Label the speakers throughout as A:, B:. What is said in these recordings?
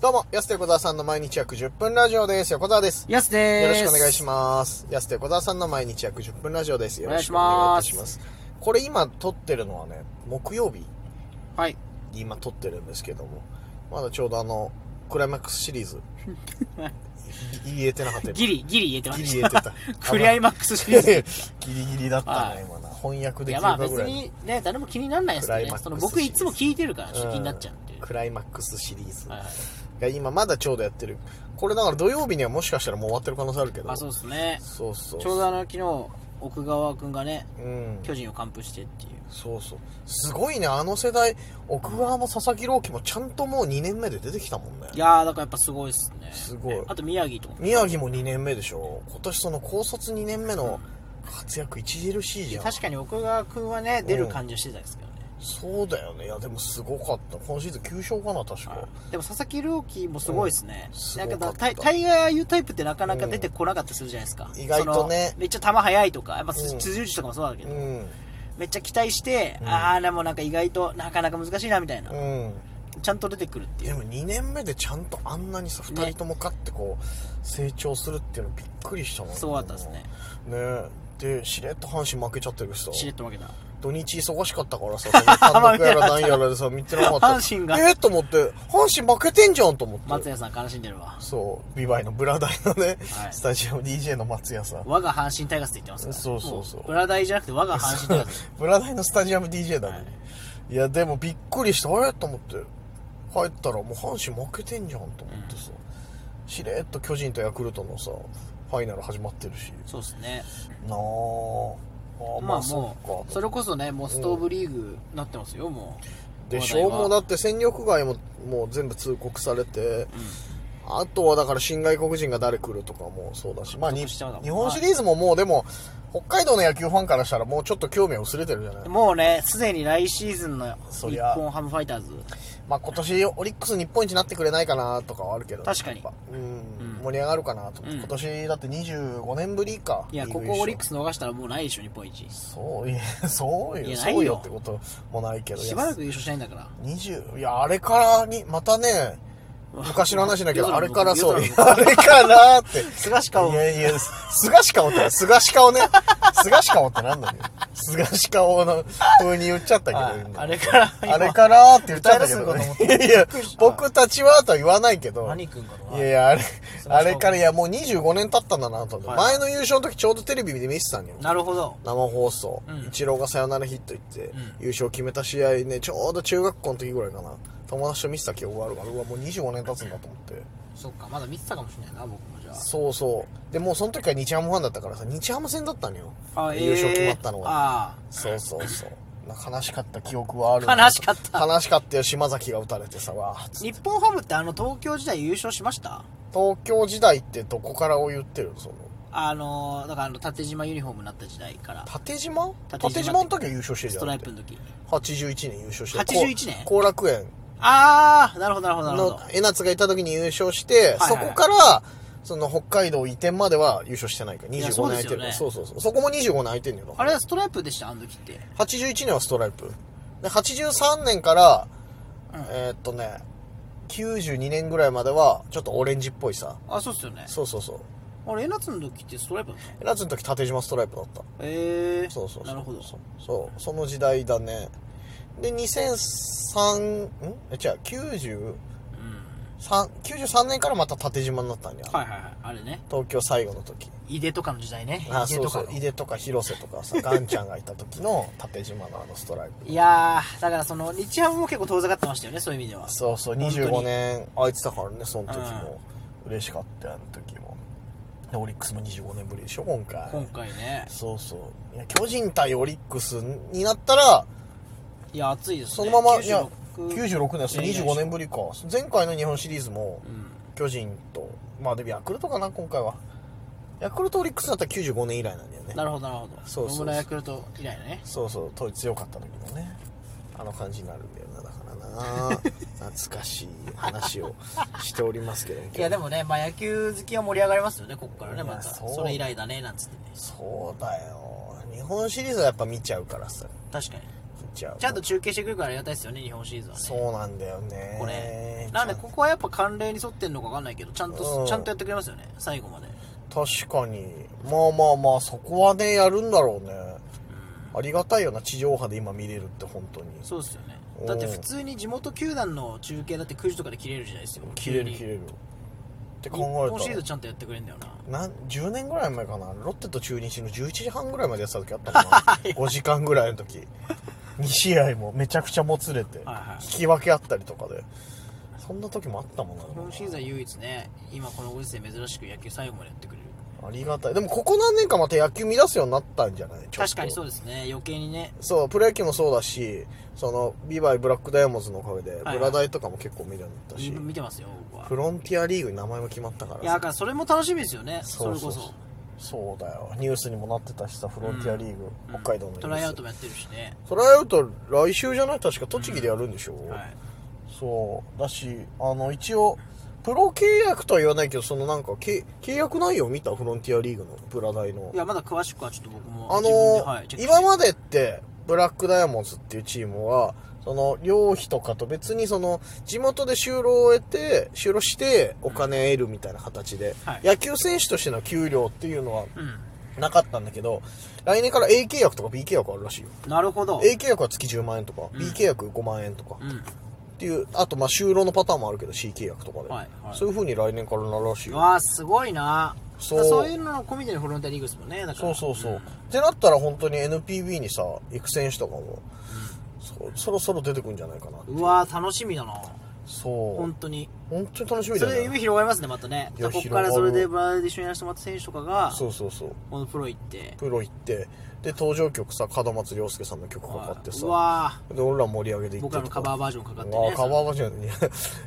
A: どうも、安手小沢さんの毎日約10分ラジオです。横澤です。
B: やすで
A: よろ
B: す。
A: しくお願いし
B: す。
A: ます。安手小沢さんの毎日約10分ラジオです。よろしくお
B: お願
A: 願いい
B: い
A: た
B: し
A: し
B: ま
A: ます。これ今撮ってるのはね、木曜日
B: はい。
A: に今撮ってるんですけども、まだちょうどあの、クライマックスシリー ズ、い言えてなかったよ
B: ギリ、ギリ言えてま
A: ギ
B: し
A: リ
B: た。。
A: 言えてた
B: クリアイマックスシリーズ。
A: ギリギリだった
B: は
A: ね、
B: い
A: 今な。翻訳
B: い
A: でき
B: や、
A: る
B: まあ
A: か
B: 別
A: ぐらいの。
B: に ね、誰も気にならないですけど
A: クライマッ
B: ね。
A: クス
B: その僕いつも聞いてるから、ちょっと気になっちゃうっていう
A: うん。クライマックスシリーズ。
B: はい
A: いや、今まだちょうどやってる。これだから土曜日にはもしかしたらもう終わってる可能性あるけど。
B: まあそうですね。
A: そうそう。
B: ちょうどあの、昨日、奥川くんがね、
A: うん。
B: 巨人を完封してっていう。
A: そうそう。すごいね、あの世代、奥川も佐々木朗希もちゃんともう2年目で出てきたもんね。
B: いやー、だからやっぱすごいっすね。
A: すごい
B: あと宮城と。
A: 宮城も2年目でしょ。今年その高卒2年目の活躍著しいじゃん。
B: 確かに奥川くんはね、出る感じはしてたんですけどね。
A: そうだよね。いや、でもすごかった。今シーズン9勝かな、確か。
B: でも佐々木朗希もすごいですね、
A: うん
B: な
A: すご
B: んか
A: か
B: だ
A: った
B: タイタイガーああいうタイプってなかなか出てこなかったりするじゃないですか、
A: 意外とね
B: そのめっちゃ球速いとか、まあ、
A: うん
B: 辻辻内とかもそうだけ
A: う
B: ど、
A: ん。
B: めっちゃ期待して、ああでもなんか意外となかなか難しいなみたいな、
A: うん。
B: ちゃんと出てくるってい
A: で
B: う
A: も2年目でちゃんとあんなにさ、2人とも勝ってこう、成長するっていうのびっくりしたもん
B: そうだったですね。
A: ねえ。で、しれっと阪神負けちゃってるしさ。
B: しれっと負けた
A: 土日忙しかったからさ、その単独やら何やらで さ、見てなかった。
B: 阪神が
A: えーと思って、阪神負けてんじゃんと思って。
B: 松也さん悲しんでるわ
A: そう、ビバイのブラダイのね、
B: はい
A: スタジオ DJ の松屋さん。
B: 我が阪神タイガースって言ってますから
A: そうそうそう
B: も裏台じゃなくて我が阪神タイガース
A: ブラダイのスタジアム DJ だね。、
B: はい
A: や、でもびっくりした、あれと思って。帰ったらもう阪神負けてんじゃんと思ってさ。しれっと巨人とヤクルトのさ、ファイナル始まってるし。
B: そうですね
A: なあ。あー
B: まあ
A: そ
B: も
A: っ
B: う
A: か
B: それこそねもうストーブリーグになってますよもう
A: でしょ
B: 話題は
A: もうだって戦力外ももう全部通告されて、あとはだから新外国人が誰来るとかもそうだし、まあ、に
B: 獲得しちゃうだもん
A: 日本シリーズももうでも、北海道の野球ファンからしたらもうちょっと興味は薄れてるじゃない、
B: もうね、すでに来シーズンの
A: そ
B: 日
A: りゃ
B: 本ハムファイターズ、
A: まあ、今年オリックス日本一になってくれないかなとかはあるけど、
B: 確かに
A: やっぱうん
B: うん
A: 盛り上がるかなと、
B: うん
A: 今年だって25年ぶりか
B: いや、ここオリック
A: ス
B: ス逃したらもうないでしょ、日本一。
A: そういやそうよ
B: いやないよ
A: そうよってこともないけど
B: しばらく優勝しないんだから。
A: 20いやあれからにまたね昔の話だ けど、あれからそう、
B: 夜空の
A: あれからって。
B: 菅氏顔
A: いやいや、す菅氏顔って、菅氏顔ね。菅氏顔ってなんだよ。菅氏顔の風に言っちゃったけ
B: あ
A: ど、今
B: あれから、今
A: あれからって言っちゃったけど、
B: 歌い出す
A: ね
B: のか、
A: いやいや、僕たちはとは言わないけど、
B: 何君かと
A: いやいや、あれ、
B: 菅
A: あ
B: 氏顔
A: れから、いや、もう25年経ったんだなと思って、
B: は
A: 前
B: い
A: の優勝の時ちょうどテレビで見てたんよ。
B: なるほど。
A: 生放送、
B: うん
A: イチローがサヨナラヒットいって、
B: ん
A: 優勝決めた試合ねちょうど中学校の時ぐらいかな友達と見てた記憶があるからうわもう25年経つんだと思って
B: そっか、まだ見てたかもしれないな、僕もじゃ
A: そうそうでもうその時は日ハムファンだったからさ日ハム戦だったのよ
B: あ。あ
A: 優勝決まったの
B: えー
A: は、
B: あ
A: そうそうそうな悲しかった記憶はある
B: 悲しかった
A: 悲しかったよ島崎が打たれてさわあ
B: あ。日本ハムってあの東京時代優勝しました
A: 東京時代ってどこからを言ってるのその
B: あのー、だからあの縦縞ユニフォームになった時代から、
A: 縦島
B: 縦縞
A: 縦島の時は優勝してる
B: ス
A: じゃ
B: ト
A: ん
B: ライプの時。
A: 81年優勝してる
B: 81年
A: 後楽園
B: あー、なるほど、なるほど、なるほ
A: の
B: ど。
A: 江夏がいた時に優勝して、
B: はいはい
A: そこからその北海道移転までは優勝してないから
B: いや
A: 25
B: そう
A: 年空い
B: です
A: て
B: よ
A: る、
B: ね
A: そうそうそうそこも25年空いてんのよ
B: あれはストライプでした、あの時って。
A: 81年はストライプで83年から、
B: うん
A: えーっとね92年ぐらいまではちょっとオレンジっぽいさ
B: あ、そうっすよね。
A: そうそうそう
B: あれ、江夏の時ってストライプだったの
A: 江夏の時縦島ストライプだった
B: えー。
A: そうそうそう
B: なるほど。
A: そうそうその時代だねで2003んえ違う90
B: うん。
A: 93年からまた縦島になったんや、
B: はいはいはい。あれね。
A: 東京最後の時
B: 井出とかの時代ね。
A: あそ
B: 井出と
A: う
B: か
A: そ
B: の
A: う井出とか広瀬とかさガンちゃんがいた時 の縦島のあのストライプ
B: いやー、だからその、日ハムも結構遠ざかってましたよね、そういう意味では。
A: そうそう
B: 本当に
A: 25年空いてたからねその時も嬉しかったよあの時もでオリックスも25年ぶりでしょ今回
B: 今回ね。
A: そうそういや巨人対オリックスになったら
B: いや、暑いです
A: そ
B: ね。
A: のままいや
B: 96
A: 96年そう25年ぶりか前回の日本シリーズも
B: うん。
A: 巨人とまあでもヤクルトかな今回はヤクルトオリックスだったら95年以来なんだよね
B: なるほど、なるほど。
A: そうそうそう
B: 野村ヤクルト以来のね。
A: そうそう当時強かった時のねあの感じになるんだよなだか らな懐かしい話をしておりますけども
B: いや、でもね、まあ野球好きは盛り上がりますよね、ここからね、
A: いや
B: また。
A: そう
B: それ以来だね、なんつってね。
A: そうだよ日本シリーズはやっぱ見ちゃうからさ
B: 確かに。
A: ちゃう
B: ちゃんと中継してくるからありがたいですよね、日本シリーズはね。
A: そうなんだよね
B: これ。なんで、ここはやっぱ慣例に沿ってんのか分かんないけど、ちゃん
A: う
B: と、
A: ん
B: ちゃんとやってくれますよね、最後まで。
A: 確かにまあまあまあそこはねやるんだろうねありがたいよな地上波で今見れるって本当に
B: そうですよね
A: うん
B: だって普通に地元球団の中継だって9時とかで切れるじゃないですよ
A: 切れる
B: 急に
A: 切れるって
B: 日
A: 考
B: 本シ
A: えた
B: リーズ
A: ら
B: ちゃんとやってくれんだよな
A: なん10年ぐらい前かなロッテと中日の11時半ぐらいまでやってた時あったかな5時間ぐらいの時2試合もめちゃくちゃもつれて引
B: はいはい
A: き分けあったりとかでそんな時もあったもんな
B: 日本シリーズは唯一ね今このご時世珍しく野球最後までやってくれる
A: ありがたいでもここ何年かまた野球乱すようになったんじゃない
B: 確かにそう
A: う
B: ですね余計にね
A: そうプロ野球もそうだしそのビバイブラックダイヤモンドズのおかげで
B: はい
A: ブラダイとかも結構見るようになったし、
B: 見てますよ僕は
A: フロンティアリーグに名前も決まったから
B: いやだからそれも楽しみですよねそ
A: そ
B: れ
A: う
B: こ
A: そう
B: そ
A: そうだよニュースにもなってたしさフロンティアリーグ、
B: うん
A: 北海道のニュース
B: トライアウトもやってるしね
A: トライアウト来週じゃない確か栃木でやるんでしょ、
B: はい
A: そうだしあの一応プロ契約とは言わないけどそのなんかけ契約内容見たフロンティアリーグのブラダイの
B: いやまだ詳しくはちょっと僕も
A: あの
B: 自分ではいチェック
A: 今までってブラックダイヤモンズっていうチームはその寮費とかと別にその地元で就労を得て就労してお金得るみたいな形で、
B: はい
A: 野球選手としての給料っていうのは
B: う
A: なかったんだけど来年から A 契約とか B 契約あるらしいよ
B: んなるほど
A: A 契約は月10万円とか、
B: うん
A: B 契約5万円とか
B: うん
A: っていうあとまあ就労のパターンもあるけど C 契約とかで、
B: はいはい
A: そういう風に来年からなるらしいうよ
B: わあすごいな
A: そう
B: だからそういうのの込みでのフロンティアリーグですもんねだか
A: そう
B: ら
A: そうそう、
B: ん
A: ってなったら本当に NPB にさ行く選手とかも、そそろそろ出てくんじゃないかな
B: うわー楽しみだな
A: そう
B: 本当に
A: 本当に楽しみ
B: そ
A: だ
B: れで
A: よね
B: 夢広がりますねまたね
A: いや
B: ここか
A: 広が
B: ら
A: る
B: それでブラで一緒にやらせてもらった選手とかが
A: そうそうそう
B: このプロ行って
A: プロ行ってで登場曲さ門松亮介さんの曲かかって
B: う
A: さ
B: わ
A: で俺ら盛り上げていって
B: 僕らのカバーバージョンかかって
A: あ
B: ね
A: あカバーバージョンに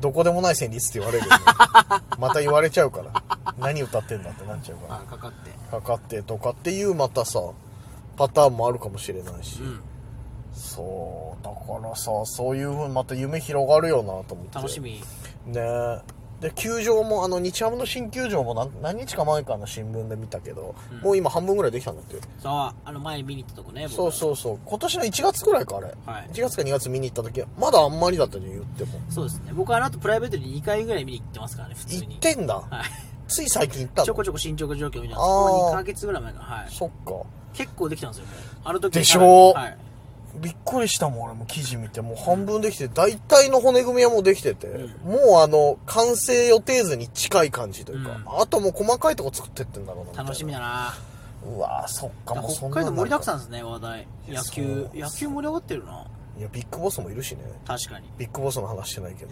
A: どこでもない旋律って言われるよ、 ね、また言われちゃうから何歌ってんだってなっちゃうから
B: あかかって
A: かかってとかっていうまたさパターンもあるかもしれないし、
B: うん
A: そうだからさそういうふうにまた夢広がるよなと思って
B: 楽しみ
A: ねえで球場もあの日ハムの新球場も何何日か前かの新聞で見たけど、
B: うん
A: もう今半分ぐらいできたんだって
B: さああの前に見に行ったとこね僕
A: そうそうそう今年の1月ぐらいかあれ、
B: はい
A: 1月か2月見に行った時まだあんまりだったじゃん言っても
B: そうですね僕はあの後プライベートで2回ぐらい見に行ってますからね普通
A: 行
B: に
A: ってんだ、
B: はい
A: つい最近行った
B: ちょこ
A: の
B: ちょこ進捗状況みたいな
A: あー
B: こ2ヶ月ぐらい前からはい
A: そっか
B: 結構できたんですよもうあの時
A: でしょう
B: はい
A: びっくりしたもん俺も記事見てもう半分できて大体の骨組みはもうできてて、もうあの完成予定図に近い感じというか、
B: うん
A: あともう細かいとこ作ってってんだろうなみたいな
B: 楽しみだな
A: うわーそっかもうそ
B: 北
A: んなんな
B: 海道
A: ん
B: 盛りだくさんですね話題
A: いや
B: 野球
A: そう
B: 野球盛り上がってるない
A: やビッグボスもいるしね
B: 確かに
A: ビッグボスの話してないけ ど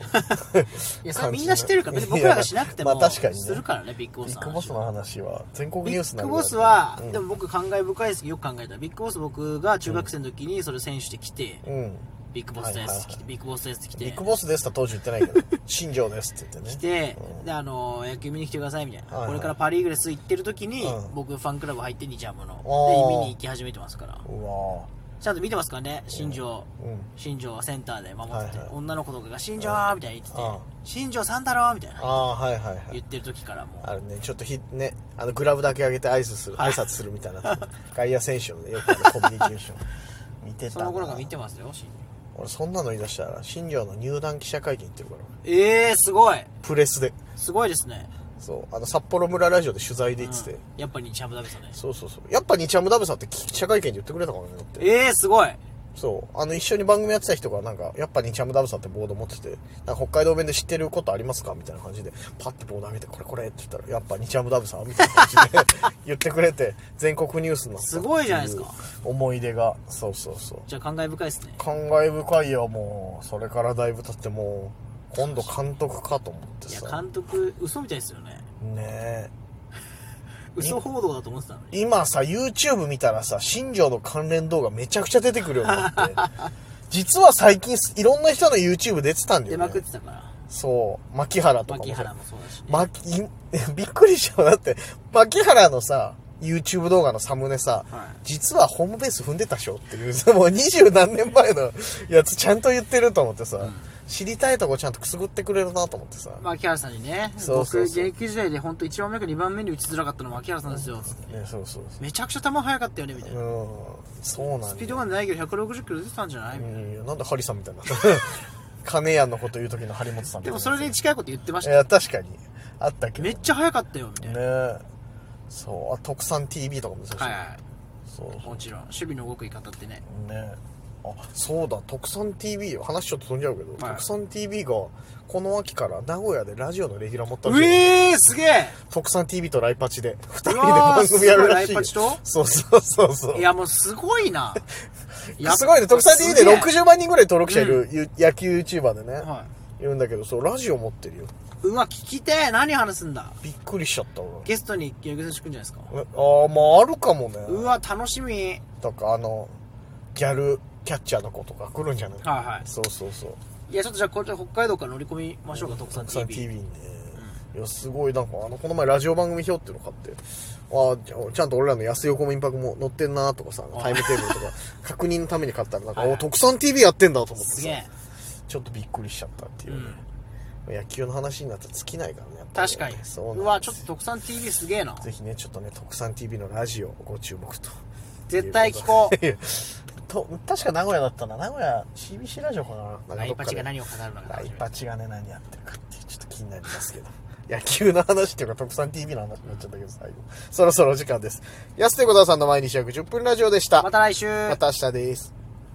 B: いやそれみんな知ってるから別に僕らがしなくて
A: いや
B: も
A: まあ確かにね
B: するからねビッグボ
A: ビ
B: ス
A: ッグボスの話は全国ニ
B: ビ
A: ュースにな
B: ッグ
A: る
B: ボスは、
A: うん
B: でも僕感慨深いですけどよく考えたらビッグボス僕が中学生の時にそれ選手で来て、
A: うん
B: ビッグボスです、
A: はいはいはい
B: ビッグボスです来て
A: ビッグボスですとは当時言ってないけ ど新庄ですって言ってね
B: 来て、
A: うん
B: であの野球見に来てくださいみたいな、
A: はいはい
B: これからパ・リーグレス行ってる時に、
A: うん
B: 僕ファンクラブ入って日ハムの
A: おー
B: で見に行き始めてますから
A: うわ
B: ちゃんと見てますからね新庄、
A: ーうん
B: 新庄はセンターで守ってて、
A: はいはい
B: 女の子とかが「新庄!」みたいな言ってて
A: うん
B: 「新庄さんだろ!」みたいな
A: ああーはいはいはい
B: 言ってる時からもう
A: あるね、ちょっとひ、ね、あの、グラブだけ上げて挨拶する、
B: は
A: 挨
B: い
A: 拶するみたいな。外野選手のね、よくあるコミュニケーション。見てたな。
B: その頃から見てますよ新庄
A: 俺、そんなの言い出したら、新庄の入団記者会見行ってるから。
B: ええー、すごい
A: プレスで。
B: すごいですね
A: そう。あの、札幌村ラジオで取材で行ってて。
B: うんやっぱり日ハムダメさね
A: そうそうそう。やっぱ日ハムダブさんって記者会見で言ってくれたからね、だって。
B: ええー、すごい
A: そう。あの、一緒に番組やってた人が、なんか、やっぱ日ハムダブさんってボード持ってて、なんか北海道弁で知ってることありますかみたいな感じで、パッてボード上げて、これこれって言ったら、やっぱ日ハムダブさんみたいな感じで 言ってくれて、全国ニュースになったってう
B: すごいじゃないですか。
A: 思い出が、そうそうそう。
B: じゃあ感慨深いですね
A: 感慨深いよ、もう。それからだいぶ経って、もう、今度監督かと思って
B: いや
A: さ。
B: 監督嘘みたいですよね
A: ねえ。
B: 嘘報道だと思ってたのに
A: 今さ YouTube 見たらさ新庄の関連動画めちゃくちゃ出てくるようになって 実は最近いろんな人の YouTube 出てたんだ
B: 出
A: よ
B: まく
A: ね
B: ってたから
A: そう牧原とかも
B: 牧原もそうだし、ね、
A: 牧 びっくりしちゃうだって牧原のさ YouTube 動画のサムネさ、
B: はい
A: 実はホーム ベース踏んでたでしょっていうもう二十何年前のやつちゃんと言ってると思ってさ、知りたいとこちゃんとくすぐってくれるなと思ってさ、
B: まあ、秋原さんにね
A: そうそうそう
B: 僕現役時代で本当1番目か2番目に打ちづらかったのも秋原さんですよつって
A: ね、そうそうそ
B: めちゃくちゃ球速かったよねみたいうな
A: うんそうなんだ
B: スピードガンでないけど160キロ出てたんじゃないみたい
A: うんなんでハリさんみたいになった 金谷のこと言う時の張本さん
B: なでもそれに近いこと言ってまし
A: い
B: たよ
A: や確かにあったけど
B: めっちゃ速かったよみたい
A: ね
B: な
A: そうあ特産 TV とかもそう
B: はいは
A: そう
B: いもちろん守備の動く言い方ってね
A: ねあそうだ特産 TV よ話ちょっと飛んじゃうけど、
B: はい
A: 特産 TV がこの秋から名古屋でラジオのレギュラー持ったん
B: う
A: ですよ
B: えーすげえ
A: 特産 TV とライパチで2人で
B: うわー
A: 番組やるらしいよ
B: すごいライパチ
A: そうそうそうそう
B: いやもうすごいな
A: すごいね特産 TV で
B: 十
A: 60万人ぐらい登録者いる、ゆ野球 YouTuber でね、、
B: はい
A: るんだけどそうラジオ持ってるよ
B: いうわ聞きてえ何話すんだ
A: びっくりしちゃった俺
B: ゲストに野球選手来るんじゃないですか
A: えああまああるかもね
B: うわ楽しみ
A: とかあのギャルキャッチャーの子とか来るんじゃない
B: はいはい
A: そうそうそう
B: いやちょっとじゃあこれで北海道から乗り込みましょうか特産
A: 特産
B: TV,
A: TV ね、いやすごいなんかあのこの前ラジオ番組表っていうの買ってああちゃちゃんと俺らの安横も民泊も載ってんなとかさタイムテーブルとか 確認のために買ったらなんか、
B: はいはい
A: お特産 TV やってんだと思って
B: す
A: さ
B: げえ
A: ちょっとびっくりしちゃったっていうう、
B: ん
A: 野球の話になったら尽きないからねやっぱり
B: 確かに
A: そうなんです
B: うわちょっと特産 TV すげえな
A: ぜひねちょっとね特産 TV のラジオご注目と
B: 絶対聞こ
A: いうと確か名古屋だったな名古屋 CBC ラジオかな
B: う
A: な
B: ラ
A: んかど
B: イ
A: っか
B: パ
A: で
B: チが何を語るのか
A: ラ
B: 楽
A: イ
B: しみ
A: パチがね何やってるかっていうちょっと気になりますけど 野球の話っていうか特産 TV の話になっちゃったけど最後そろそろお時間です安手小沢さんの毎日約10分ラジオでした
B: ま
A: ま
B: た来週
A: た明日です